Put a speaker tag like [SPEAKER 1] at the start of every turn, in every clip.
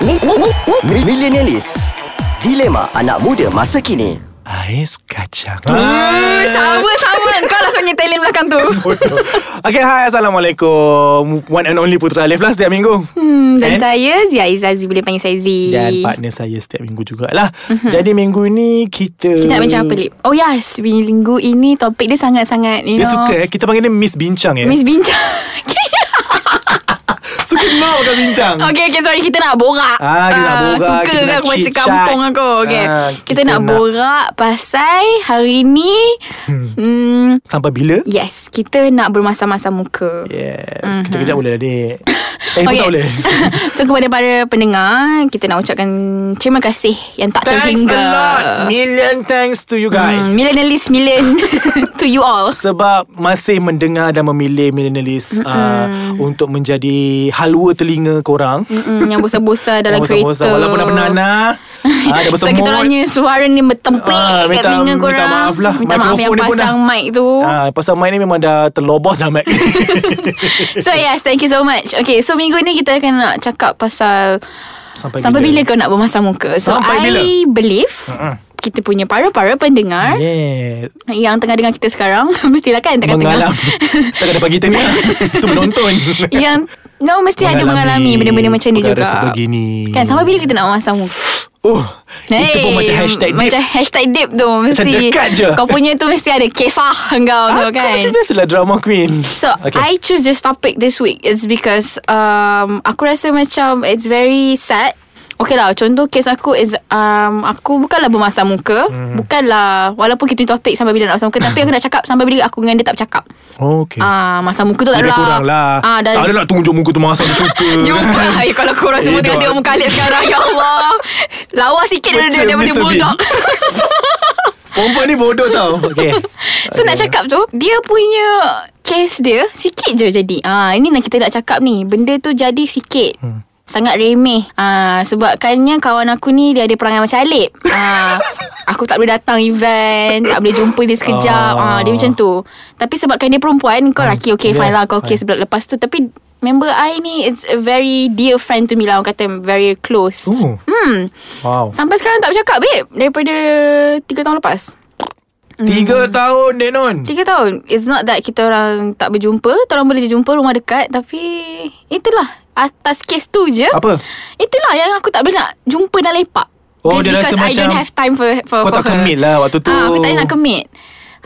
[SPEAKER 1] Mi- mi- mi- mi- Millenialis Dilema anak muda masa kini
[SPEAKER 2] Ais kacang
[SPEAKER 3] Hmm, sama sama Kau lah sebenarnya talent belakang tu
[SPEAKER 2] Okay hai Assalamualaikum One and only Putra Alif lah setiap minggu
[SPEAKER 3] hmm,
[SPEAKER 2] Eh?
[SPEAKER 3] Dan saya Zia Izazi Boleh panggil saya Z
[SPEAKER 2] Dan partner saya setiap minggu jugalah mm-hmm. Jadi minggu ni kita
[SPEAKER 3] Mhm. Kita nak macam apa Lip Oh yes Minggu ini topik dia sangat-sangat you
[SPEAKER 2] Dia
[SPEAKER 3] know,
[SPEAKER 2] suka eh Kita panggil dia Miss Bincang eh
[SPEAKER 3] Miss Bincang
[SPEAKER 2] Suka nak makan bincang
[SPEAKER 3] Okay okay sorry Kita nak borak
[SPEAKER 2] Ah, kita nak
[SPEAKER 3] Ah,
[SPEAKER 2] borak,
[SPEAKER 3] Suka
[SPEAKER 2] kita
[SPEAKER 3] kan
[SPEAKER 2] nak
[SPEAKER 3] aku macam
[SPEAKER 2] chit-chat.
[SPEAKER 3] kampung aku
[SPEAKER 2] Ah,
[SPEAKER 3] okay. kita, kita nak,
[SPEAKER 2] kita nak-
[SPEAKER 3] borak Pasal hari ni hmm,
[SPEAKER 2] Sampai bila?
[SPEAKER 3] Yes Kita nak bermasa-masa muka
[SPEAKER 2] Yes mm-hmm. Kejap-kejap boleh lah dek Eh pun tak boleh
[SPEAKER 3] So kepada para pendengar Kita nak ucapkan Terima kasih Yang tak
[SPEAKER 2] Thanks
[SPEAKER 3] terhingga
[SPEAKER 2] a lot Million thanks to you guys
[SPEAKER 3] Hmm, millennialist million To you all
[SPEAKER 2] sebab masih mendengar dan memilih
[SPEAKER 3] Mhm.
[SPEAKER 2] millennialis uh, untuk menjadi halua telinga korang.
[SPEAKER 3] Mm, Yang bosan-bosan dalam
[SPEAKER 2] Yang
[SPEAKER 3] kereta
[SPEAKER 2] bosan-bosan, Walaupun dah bernanah ah, Dah
[SPEAKER 3] Sebab kita
[SPEAKER 2] bersemut
[SPEAKER 3] orangnya Suara ni bertempik
[SPEAKER 2] Ah,
[SPEAKER 3] Kat
[SPEAKER 2] minta-
[SPEAKER 3] telinga
[SPEAKER 2] minta
[SPEAKER 3] korang
[SPEAKER 2] maaf lah.
[SPEAKER 3] Minta maaf yang
[SPEAKER 2] Mikrofon ni pun
[SPEAKER 3] pasang
[SPEAKER 2] dah-
[SPEAKER 3] mic tu
[SPEAKER 2] Ah, pasal mic ni memang dah terlobos dah mic
[SPEAKER 3] So yes Thank you so much Okay so minggu ni Kita akan nak cakap pasal
[SPEAKER 2] Sampai,
[SPEAKER 3] Sampai bila kau nak bermasam muka So
[SPEAKER 2] Sampai
[SPEAKER 3] I
[SPEAKER 2] bila?
[SPEAKER 3] believe Kita punya para-para pendengar
[SPEAKER 2] Yeah.
[SPEAKER 3] Yang tengah dengar kita sekarang Mestilah kan
[SPEAKER 2] Mengalam
[SPEAKER 3] tengah-tengah
[SPEAKER 2] Tak ada pagi tengah Itu menonton
[SPEAKER 3] Yang No mesti mengalami ada mengalami Benda-benda macam ni
[SPEAKER 2] perkara
[SPEAKER 3] juga
[SPEAKER 2] sebegini.
[SPEAKER 3] Kan sampai bila kita nak masam muka
[SPEAKER 2] Oh Itu pun macam hashtag dip.
[SPEAKER 3] Macam hashtag dip tu Mesti
[SPEAKER 2] dekat je.
[SPEAKER 3] Kau punya tu mesti ada kisah Engkau tu
[SPEAKER 2] Ah,
[SPEAKER 3] kan
[SPEAKER 2] Macam biasalah drama queen
[SPEAKER 3] So okay. I choose this topic this week It's because um, Aku rasa macam It's very sad Okay lah Contoh kes aku is um, Aku bukanlah bermasam muka hmm.
[SPEAKER 2] Mhm.
[SPEAKER 3] Bukanlah Walaupun kita ni topik Sampai bila nak masam muka Tapi aku nak cakap Sampai bila aku dengan dia tak bercakap
[SPEAKER 2] Okay
[SPEAKER 3] Ah, Masam muka tu tak
[SPEAKER 2] Lebih
[SPEAKER 3] ada
[SPEAKER 2] Hmm. kurang lah
[SPEAKER 3] ah, dah,
[SPEAKER 2] Tak ada nak tunjuk muka tu Masa tu cuka
[SPEAKER 3] Jumpa Hai, Kalau korang semua
[SPEAKER 2] Eh,
[SPEAKER 3] tengok
[SPEAKER 2] dah.
[SPEAKER 3] tengok muka Alif sekarang Ya Allah Lawa sikit
[SPEAKER 2] Macam
[SPEAKER 3] daripada, daripada
[SPEAKER 2] Mr. Bean.
[SPEAKER 3] bulldog
[SPEAKER 2] Perempuan ni bodoh tau Okay
[SPEAKER 3] So nak cakap tu Dia punya Kes dia Sikit je jadi Ah Ini nak kita nak cakap ni Benda tu jadi sikit hmm. Sangat remeh ah, Sebabkannya kawan aku ni Dia ada perangai macam Alip ah, Aku tak boleh datang event Tak boleh jumpa dia sekejap ah.
[SPEAKER 2] Ah.
[SPEAKER 3] Dia macam tu Tapi sebabkan dia perempuan Kau lelaki okay
[SPEAKER 2] Hmm. Yes,
[SPEAKER 3] fine lah Kau okay
[SPEAKER 2] fine.
[SPEAKER 3] sebelum lepas tu Tapi member I ni It's a very dear friend to me lah Orang kata very close
[SPEAKER 2] Ooh,
[SPEAKER 3] Hmm
[SPEAKER 2] Wow
[SPEAKER 3] Sampai sekarang tak bercakap babe Daripada 3 tahun lepas Hmm.
[SPEAKER 2] Tiga tahun Denon
[SPEAKER 3] 3 tahun It's not that kita orang tak berjumpa Kita orang boleh je jumpa rumah dekat Tapi Itulah Atas kes tu je
[SPEAKER 2] Apa?
[SPEAKER 3] Itulah yang aku tak boleh nak Jumpa dan lepak
[SPEAKER 2] Oh, dia
[SPEAKER 3] Just
[SPEAKER 2] rasa
[SPEAKER 3] because I
[SPEAKER 2] macam
[SPEAKER 3] don't have time for,
[SPEAKER 2] Kau
[SPEAKER 3] for for
[SPEAKER 2] tak
[SPEAKER 3] her.
[SPEAKER 2] commit lah waktu tu.
[SPEAKER 3] ah, Aku tak boleh nak commit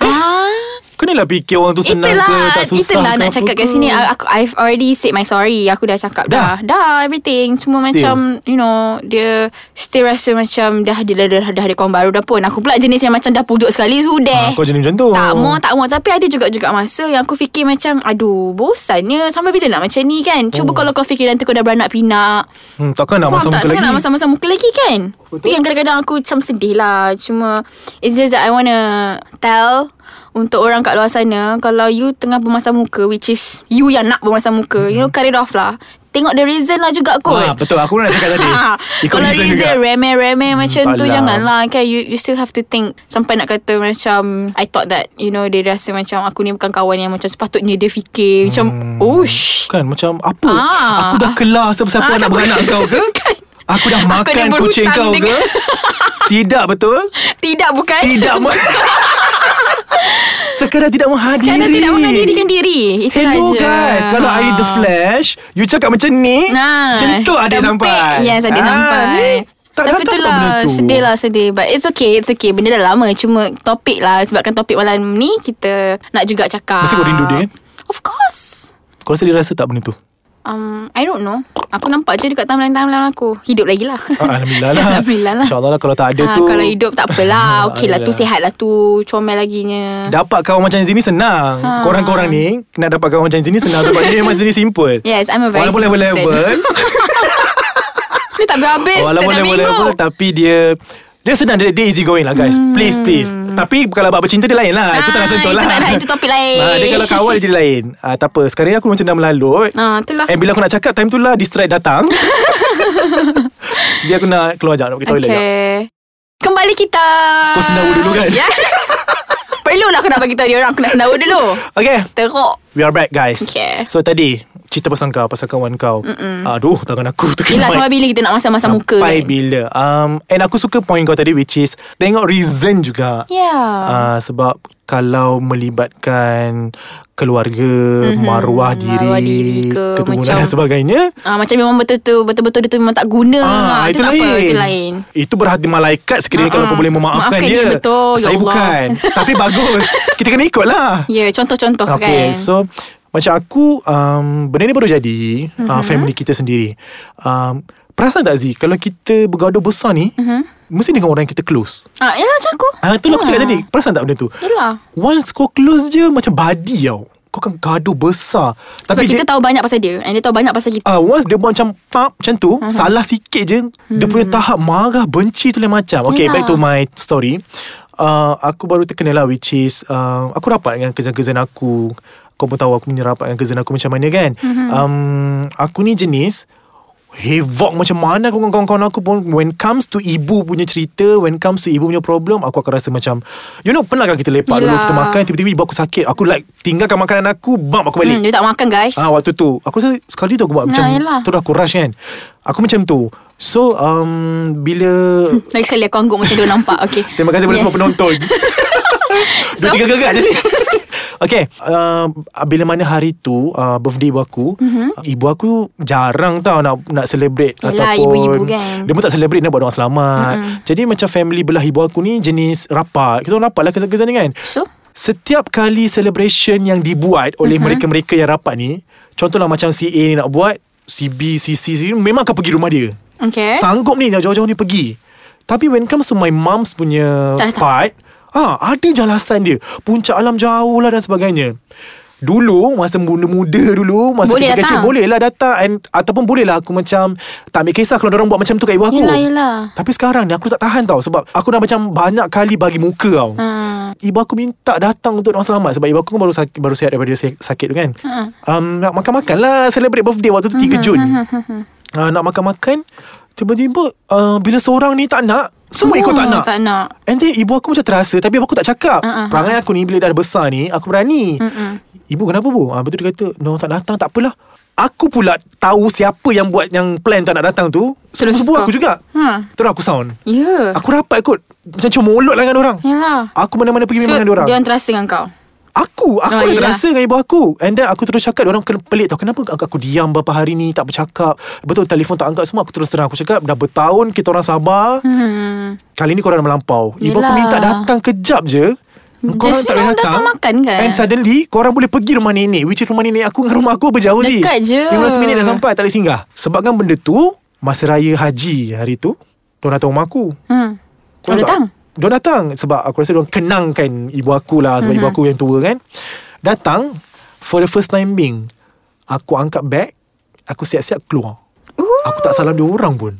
[SPEAKER 3] Ah,
[SPEAKER 2] Kenalah fikir orang tu senang
[SPEAKER 3] itulah
[SPEAKER 2] ke Tak susah
[SPEAKER 3] Itulah
[SPEAKER 2] ke
[SPEAKER 3] nak
[SPEAKER 2] apa
[SPEAKER 3] cakap kat
[SPEAKER 2] ke.
[SPEAKER 3] sini Ah, I- aku, I've already said my sorry Aku dah cakap dah Dah, everything Cuma macam You know Dia Still rasa macam Dah ada dah, dah, dah ada kawan baru dah pun Aku pula jenis yang macam Dah pujuk sekali
[SPEAKER 2] Ah,
[SPEAKER 3] Sudah
[SPEAKER 2] Kau jenis macam tu
[SPEAKER 3] Eh, tak mau tak mau Tapi ada juga-juga masa Yang aku fikir macam Aduh bosannya Sampai bila nak macam ni kan Cuba oh. kalau kau fikir Nanti kau dah beranak pinak
[SPEAKER 2] hmm, Takkan nak masa
[SPEAKER 3] Faham
[SPEAKER 2] muka
[SPEAKER 3] tak? Takkan
[SPEAKER 2] lagi
[SPEAKER 3] nak masa-masa muka lagi kan Itu yang kadang-kadang aku macam sedih lah Cuma It's just that I wanna Tell Untuk orang kat luar sana Kalau you tengah bermasam muka Which is You yang nak bermasam muka You know cut it off lah Tengok the reason lah juga kot
[SPEAKER 2] Hmm. Ah, Betul aku nak cakap tadi
[SPEAKER 3] Ha,
[SPEAKER 2] Ikut
[SPEAKER 3] Kalau
[SPEAKER 2] reason
[SPEAKER 3] Rizal
[SPEAKER 2] juga
[SPEAKER 3] remeh-remeh macam
[SPEAKER 2] tak
[SPEAKER 3] tu
[SPEAKER 2] lah.
[SPEAKER 3] Janganlah kan you, you still have to think Sampai nak kata macam I thought that You know Dia rasa macam Aku ni bukan kawan yang macam Sepatutnya dia fikir Macam oh, Ush
[SPEAKER 2] Kan macam apa
[SPEAKER 3] Ah.
[SPEAKER 2] Aku dah kelar Siapa-siapa
[SPEAKER 3] Ah,
[SPEAKER 2] nak
[SPEAKER 3] siapa-
[SPEAKER 2] beranak kau ke Aku
[SPEAKER 3] Kan.
[SPEAKER 2] dah
[SPEAKER 3] Aku dah
[SPEAKER 2] makan
[SPEAKER 3] berhutang
[SPEAKER 2] kucing kau ke
[SPEAKER 3] dengan- Eh.
[SPEAKER 2] Tidak betul
[SPEAKER 3] Tidak bukan
[SPEAKER 2] Tidak me- Sekadar tidak menghadiri
[SPEAKER 3] Kadang tidak menghadirikan diri Itu
[SPEAKER 2] Hello
[SPEAKER 3] saja. Ah.
[SPEAKER 2] guys Kalau I The Flash You cakap macam ni
[SPEAKER 3] Nah,
[SPEAKER 2] Macam tu adik
[SPEAKER 3] dah
[SPEAKER 2] sampai
[SPEAKER 3] bepek. Yes adik
[SPEAKER 2] Ah,
[SPEAKER 3] sampai
[SPEAKER 2] ni Tak
[SPEAKER 3] Tapi
[SPEAKER 2] datang sebab
[SPEAKER 3] itulah,
[SPEAKER 2] benda tu
[SPEAKER 3] Sedih lah sedih But it's okay It's okay Benda dah lama Cuma topik lah Sebabkan topik malam ni Kita nak juga cakap
[SPEAKER 2] Mesti kau rindu dia kan?
[SPEAKER 3] Of course
[SPEAKER 2] Kau rasa dia rasa tak benda tu
[SPEAKER 3] Um, I don't know Aku nampak je dekat timeline-timeline aku Hidup lagi lah
[SPEAKER 2] Ah, Alhamdulillah lah
[SPEAKER 3] Alhamdulillah lah
[SPEAKER 2] InsyaAllah lah kalau tak ada
[SPEAKER 3] Ah,
[SPEAKER 2] tu
[SPEAKER 3] Kalau hidup tak
[SPEAKER 2] Ah,
[SPEAKER 3] apalah Okey lah tu
[SPEAKER 2] Alhamdulillah.
[SPEAKER 3] Sihat lah tu Comel laginya
[SPEAKER 2] Dapat kawan macam Zini senang
[SPEAKER 3] Ha.
[SPEAKER 2] Korang-korang ni Nak dapat kawan macam Zini senang Sebab dia memang Zini simple
[SPEAKER 3] Yes I'm a very
[SPEAKER 2] Walaupun
[SPEAKER 3] simple person.
[SPEAKER 2] level-level
[SPEAKER 3] Dia tak habis-habis
[SPEAKER 2] Walaupun
[SPEAKER 3] Setiap minggu
[SPEAKER 2] level-level Tapi dia dia senang dia, dia easy going lah guys Please please Tapi kalau bab bercinta dia lain lah Itu tak nak
[SPEAKER 3] Hmm. Ah,
[SPEAKER 2] sentuh
[SPEAKER 3] itu
[SPEAKER 2] lah
[SPEAKER 3] tak nak- itu topik lain.
[SPEAKER 2] Ah, Dia kalau kawal je dia lain ah, Tak apa Sekarang ni aku macam dah melalut
[SPEAKER 3] Ah, itulah.
[SPEAKER 2] And bila aku nak cakap Time tu lah Distract datang Jadi aku nak keluar sekejap Nak pergi toilet sekejap
[SPEAKER 3] Okay Kembali kita
[SPEAKER 2] Kau sendawa dulu kan?
[SPEAKER 3] Yes Perlulah aku nak bagi tahu dia orang Aku nak sendawa dulu
[SPEAKER 2] Okay
[SPEAKER 3] Teruk
[SPEAKER 2] We are back guys
[SPEAKER 3] Okay.
[SPEAKER 2] So tadi cerita pasal kau, pasal kawan kau. Mm-mm. Aduh, tangan aku terkena.
[SPEAKER 3] Yelah sampai bila kita nak masam-masam muka
[SPEAKER 2] Sampai
[SPEAKER 3] kan?
[SPEAKER 2] bila um, And aku suka point kau tadi Which is Tengok reason juga
[SPEAKER 3] Ya.
[SPEAKER 2] uh, Sebab Kalau melibatkan Keluarga mm-hmm. Maruah diri
[SPEAKER 3] maruah diri ke,
[SPEAKER 2] Keturunan
[SPEAKER 3] macam-
[SPEAKER 2] dan sebagainya
[SPEAKER 3] Ah, macam memang betul-betul Betul-betul dia tu memang tak guna ah, Itu tak apa Itu lain
[SPEAKER 2] Itu berhati malaikat sekiranya
[SPEAKER 3] Ah,
[SPEAKER 2] uh-uh. Kalau
[SPEAKER 3] ah.
[SPEAKER 2] kau boleh memaafkan,
[SPEAKER 3] Maafkan dia, betul, ya
[SPEAKER 2] Saya
[SPEAKER 3] Allah.
[SPEAKER 2] bukan Tapi bagus Kita kena ikut lah
[SPEAKER 3] Ya contoh-contoh
[SPEAKER 2] Okay
[SPEAKER 3] kan
[SPEAKER 2] so Macam aku um, Benda ni baru jadi mm-hmm.
[SPEAKER 3] Mhm.
[SPEAKER 2] uh, Family kita sendiri um, Perasan tak Zee Kalau kita bergaduh besar ni
[SPEAKER 3] Mhm.
[SPEAKER 2] mm-hmm. Mesti dengan orang yang kita close
[SPEAKER 3] ah, Yelah macam aku
[SPEAKER 2] Ah, tu lah aku
[SPEAKER 3] Ah.
[SPEAKER 2] cakap tadi Perasan tak benda tu
[SPEAKER 3] Yelah
[SPEAKER 2] Once kau close je Macam buddy tau Kau kan gaduh besar
[SPEAKER 3] Sebab
[SPEAKER 2] Tapi
[SPEAKER 3] kita
[SPEAKER 2] dia
[SPEAKER 3] tahu banyak pasal dia And dia tahu banyak pasal kita
[SPEAKER 2] Ah, once dia buat macam pap macam tu, uh-huh. salah sikit je, hmm. dia punya tahap marah, benci tu lain macam. Okay,
[SPEAKER 3] Yelah.
[SPEAKER 2] back to my story. Uh, aku baru terkenal lah which is uh, aku rapat dengan kezan-kezan aku. Kau pun tahu aku punya rapat dengan kezan aku macam mana kan. Mm-hmm. Um, aku ni jenis Havoc macam mana aku dengan kawan-kawan aku pun When comes to ibu punya cerita When comes to ibu punya problem Aku akan rasa macam You know pernah kan kita lepak dulu
[SPEAKER 3] Yelah.
[SPEAKER 2] Kita makan tiba-tiba ibu aku sakit Aku like tinggalkan makanan aku Bam aku balik
[SPEAKER 3] hmm, Dia tak makan guys
[SPEAKER 2] Ah waktu tu Aku rasa sekali tu aku buat
[SPEAKER 3] Nah,
[SPEAKER 2] macam
[SPEAKER 3] yelah.
[SPEAKER 2] Tu dah aku rush kan Aku macam tu So um, Bila
[SPEAKER 3] Lagi sekali aku angguk macam dia nampak okay.
[SPEAKER 2] Terima kasih kepada yes. semua penonton Dua
[SPEAKER 3] So-
[SPEAKER 2] tiga gagal jadi Okay uh, Bila mana hari tu uh, Birthday ibu aku
[SPEAKER 3] Mhm.
[SPEAKER 2] mm-hmm. Ibu aku jarang tau Nak nak celebrate
[SPEAKER 3] Yelah,
[SPEAKER 2] Ataupun
[SPEAKER 3] ibu-ibu kan.
[SPEAKER 2] Dia pun tak celebrate Nak buat orang selamat mm-hmm. Jadi macam family belah ibu aku ni Jenis rapat Kita orang rapat lah kesan-kesan ni kan
[SPEAKER 3] So
[SPEAKER 2] Setiap kali celebration yang dibuat oleh
[SPEAKER 3] Mhm.
[SPEAKER 2] uh-huh. mereka-mereka yang rapat ni, contohlah macam si A ni nak buat, si B, si C, si D, memang akan pergi rumah dia.
[SPEAKER 3] Okay
[SPEAKER 2] Sanggup ni yang jauh-jauh ni pergi. Tapi when comes to my mom's punya
[SPEAKER 3] Tak ada tak.
[SPEAKER 2] part, ah ada je alasan dia. Puncak alam jauh lah dan sebagainya. Dulu Masa muda-muda dulu Masa
[SPEAKER 3] Boleh
[SPEAKER 2] kecil-kecil
[SPEAKER 3] datang.
[SPEAKER 2] Boleh lah datang and, Ataupun boleh lah aku macam Tak ambil kisah Kalau orang buat macam tu kat ibu aku
[SPEAKER 3] Yelah, yelah.
[SPEAKER 2] Tapi sekarang ni aku tak tahan tau Sebab aku dah macam Banyak kali bagi muka tau
[SPEAKER 3] Ah,
[SPEAKER 2] Ibu aku minta datang untuk orang selamat Sebab ibu aku kan baru sakit, baru sihat daripada si- sakit tu kan
[SPEAKER 3] Ha. Hmm,
[SPEAKER 2] um, Nak makan-makan lah Celebrate birthday waktu tu 3 Jun uh, Nak makan-makan Tiba-tiba uh, Bila seorang ni tak nak Semua ikut tak nak
[SPEAKER 3] Tak nak
[SPEAKER 2] And then ibu aku macam terasa Tapi ibu aku tak cakap
[SPEAKER 3] Ah, ah,
[SPEAKER 2] uh-huh. Perangai aku ni Bila dah besar ni Aku berani
[SPEAKER 3] Mm-mm.
[SPEAKER 2] Ibu kenapa bu? Ah, betul dia kata No tak datang tak apalah Aku pula tahu siapa yang buat Yang plan tak nak datang tu
[SPEAKER 3] Terus
[SPEAKER 2] Sepupu
[SPEAKER 3] kau.
[SPEAKER 2] aku juga
[SPEAKER 3] Ha.
[SPEAKER 2] Terus aku sound
[SPEAKER 3] Ya yeah.
[SPEAKER 2] Aku rapat kot Macam cumolot lah dengan orang
[SPEAKER 3] Yelah
[SPEAKER 2] Aku mana-mana pergi memang dengan orang
[SPEAKER 3] Dia orang terasa dengan kau
[SPEAKER 2] Aku Aku
[SPEAKER 3] Oh,
[SPEAKER 2] oh,
[SPEAKER 3] yelah.
[SPEAKER 2] terasa dengan ibu aku And then aku terus cakap Orang kena pelik tau Kenapa aku, aku diam beberapa hari ni Tak bercakap Betul telefon tak angkat semua Aku terus terang Aku cakap Dah bertahun kita orang sabar hmm.
[SPEAKER 3] hmm.
[SPEAKER 2] Kali ni korang dah melampau Ibu aku
[SPEAKER 3] Yelah.
[SPEAKER 2] minta datang kejap je Korang
[SPEAKER 3] Just
[SPEAKER 2] tak boleh
[SPEAKER 3] orang
[SPEAKER 2] datang
[SPEAKER 3] datang makan kan?
[SPEAKER 2] And suddenly Korang boleh pergi rumah nenek Which is rumah nenek aku Dengan rumah aku berjauh je
[SPEAKER 3] Dekat je.
[SPEAKER 2] 15 minit dah sampai Tak boleh singgah Sebabkan benda tu Masa raya haji hari tu Diorang datang rumah aku
[SPEAKER 3] hmm. Kau datang
[SPEAKER 2] dia datang sebab aku rasa dia kenangkan ibu aku lah sebab mm-hmm.
[SPEAKER 3] Mhm.
[SPEAKER 2] ibu aku yang tua kan. Datang for the first time being aku angkat beg, aku siap-siap keluar.
[SPEAKER 3] Ooh.
[SPEAKER 2] Aku tak salam dia orang pun.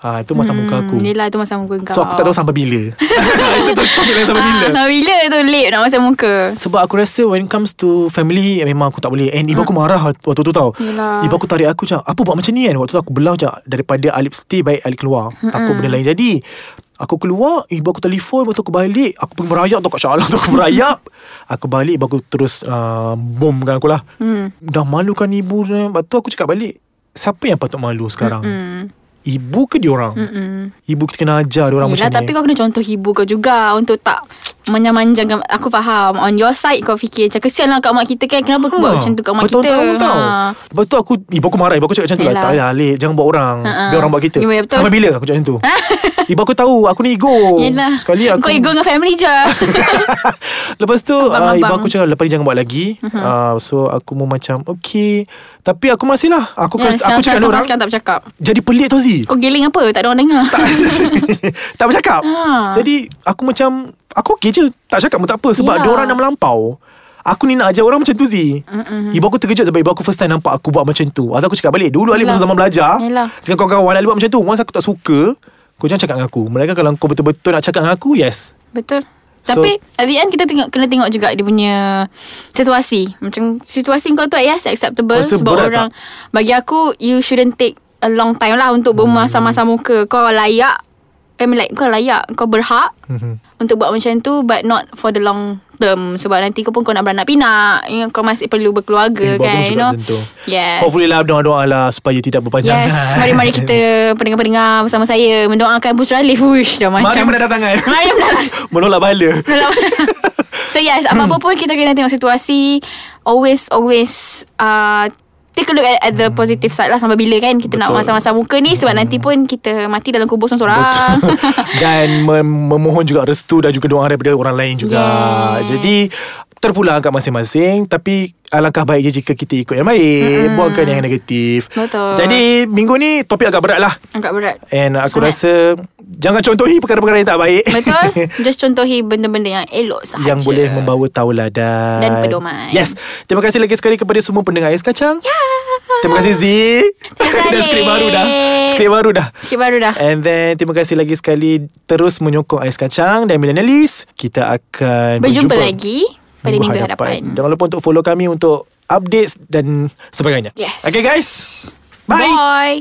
[SPEAKER 2] Ah itu masa hmm, muka aku.
[SPEAKER 3] Hmm, yelah tu masa muka kau
[SPEAKER 2] So aku tak tahu sampai bila. itu tu topik lain sampai bila.
[SPEAKER 3] Ah, sampai bila tu late nak masa muka
[SPEAKER 2] Sebab aku rasa when comes to family eh, Memang aku tak boleh And ibu aku marah waktu tu tau
[SPEAKER 3] Ah. Yelah.
[SPEAKER 2] Ibu aku tarik aku macam Apa buat macam ni kan Waktu tu aku belah macam Daripada Alip stay Baik Alip keluar Takut benda lain jadi Aku keluar Ibu aku telefon Waktu aku balik Aku pergi merayap tau Kat Shah Alam tu aku merayap Aku balik Ibu aku terus uh, Bomkan aku lah
[SPEAKER 3] Mm.
[SPEAKER 2] hmm. Dah malukan ibu Lepas tu aku cakap balik Siapa yang patut malu sekarang Ibu ke diorang Mm-mm. Ibu kita kena ajar diorang macam
[SPEAKER 3] Yelah
[SPEAKER 2] ni
[SPEAKER 3] tapi kau kena contoh ibu kau juga Untuk tak manjang-manjangkan Aku faham On your side kau fikir Macam kesian lah kat mak kita kan Kenapa ha. buat macam tu kat mak kita
[SPEAKER 2] Bertahun-tahun tau
[SPEAKER 3] Ha.
[SPEAKER 2] Lepas tu aku Ibu aku marah Ibu aku cakap macam tu lah
[SPEAKER 3] Yelah.
[SPEAKER 2] Tak lah Alik Jangan buat orang
[SPEAKER 3] Ha-ha.
[SPEAKER 2] Biar orang buat kita
[SPEAKER 3] Ya, ya, betul.
[SPEAKER 2] Sampai bila aku cakap macam tu Ibu aku tahu Aku ni ego
[SPEAKER 3] Yelah
[SPEAKER 2] Oh, Sekali aku
[SPEAKER 3] Kau ego dengan family je
[SPEAKER 2] Lepas tu
[SPEAKER 3] Abang-abang.
[SPEAKER 2] uh, Ibu aku cakap Lepas ni jangan buat lagi
[SPEAKER 3] Mhm.
[SPEAKER 2] uh-huh. uh, So aku pun macam Okay Tapi aku masih lah Aku, yeah, aku
[SPEAKER 3] Ya,
[SPEAKER 2] cakap
[SPEAKER 3] sekarang-
[SPEAKER 2] dengan orang
[SPEAKER 3] Sekarang tak bercakap
[SPEAKER 2] Jadi pelik tau Zee
[SPEAKER 3] Kau geling apa Tak ada orang dengar
[SPEAKER 2] tak bercakap
[SPEAKER 3] Ha.
[SPEAKER 2] ha. Jadi aku macam Aku okey je Tak cakap pun tak apa Sebab
[SPEAKER 3] Yelah.
[SPEAKER 2] yeah. diorang dah melampau Aku ni nak ajar orang macam tu Zee Mm-mm. Ibu aku terkejut Sebab ibu aku first time nampak Aku buat macam tu Atau aku cakap balik Dulu Alif
[SPEAKER 3] Yelah.
[SPEAKER 2] masa zaman belajar
[SPEAKER 3] Yelah.
[SPEAKER 2] Dengan kawan-kawan Alif buat macam tu Once aku tak suka Kau jangan cakap dengan aku Melainkan kalau kau betul-betul nak cakap dengan aku Yes
[SPEAKER 3] Betul
[SPEAKER 2] So-
[SPEAKER 3] tapi at the end kita tengok kena tengok juga dia punya situasi. Macam situasi kau tu yes acceptable
[SPEAKER 2] Rasa
[SPEAKER 3] sebab
[SPEAKER 2] berat
[SPEAKER 3] orang bagi aku you shouldn't take a long
[SPEAKER 2] Hmm.
[SPEAKER 3] time lah untuk bermasa-masa muka. Kau layak I mean like kau layak, kau berhak
[SPEAKER 2] Mhm.
[SPEAKER 3] untuk buat macam tu but not for the long term sebab nanti kau pun kau nak beranak pinak you know, kau masih perlu
[SPEAKER 2] Ibu
[SPEAKER 3] berkeluarga
[SPEAKER 2] aku
[SPEAKER 3] kan you
[SPEAKER 2] cakap
[SPEAKER 3] know
[SPEAKER 2] macam tu.
[SPEAKER 3] yes
[SPEAKER 2] Hopefully lah doa-doa lah supaya tidak berpanjangan.
[SPEAKER 3] Yes, mari-mari kita pendengar-pendengar bersama saya mendoakan Bushra Alif. Uish, dah
[SPEAKER 2] Mari
[SPEAKER 3] macam.
[SPEAKER 2] menandatangan.
[SPEAKER 3] Mari mendatang.
[SPEAKER 2] Menolak bala.
[SPEAKER 3] Dalam- so yes Apa-apa
[SPEAKER 2] Hmm.
[SPEAKER 3] pun Kita kena tengok situasi Always Always uh, Take a look at, at
[SPEAKER 2] Hmm.
[SPEAKER 3] the positive side lah Sampai bila kan Kita Betul. nak masa-masa muka ni Sebab nanti pun Kita mati dalam kubur seorang-seorang
[SPEAKER 2] dan mem- memohon juga restu dan juga doa daripada orang lain juga.
[SPEAKER 3] Yes.
[SPEAKER 2] Jadi terpulang kat masing-masing tapi alangkah baiknya jika kita ikut yang baik, mm buangkan yang negatif.
[SPEAKER 3] Betul.
[SPEAKER 2] Jadi minggu ni topik agak berat lah.
[SPEAKER 3] Angkat berat
[SPEAKER 2] And aku
[SPEAKER 3] Sangat.
[SPEAKER 2] rasa jangan contohi perkara-perkara yang tak baik.
[SPEAKER 3] Betul Just contohi benda-benda yang elok sahaja
[SPEAKER 2] yang boleh membawa tauladan
[SPEAKER 3] Dan pedoman. Ya.
[SPEAKER 2] Yes. Terima kasih lagi sekali kepada semua pendengar Ais Kacang. Yeah. Terima kasih Z.
[SPEAKER 3] Terima kasih,
[SPEAKER 2] dah skrip
[SPEAKER 3] Alif.
[SPEAKER 2] baru dah. Skrip baru dah.
[SPEAKER 3] Sikit baru dah
[SPEAKER 2] And then terima kasih lagi sekali terus menyokong Ais Kacang dan Millennialis. Kita akan
[SPEAKER 3] Berjumpa lagi Pada minggu hadapan,
[SPEAKER 2] Jangan lupa untuk follow kami untuk updates dan sebagainya.
[SPEAKER 3] Yes.
[SPEAKER 2] Okay guys. Bye.
[SPEAKER 3] Bye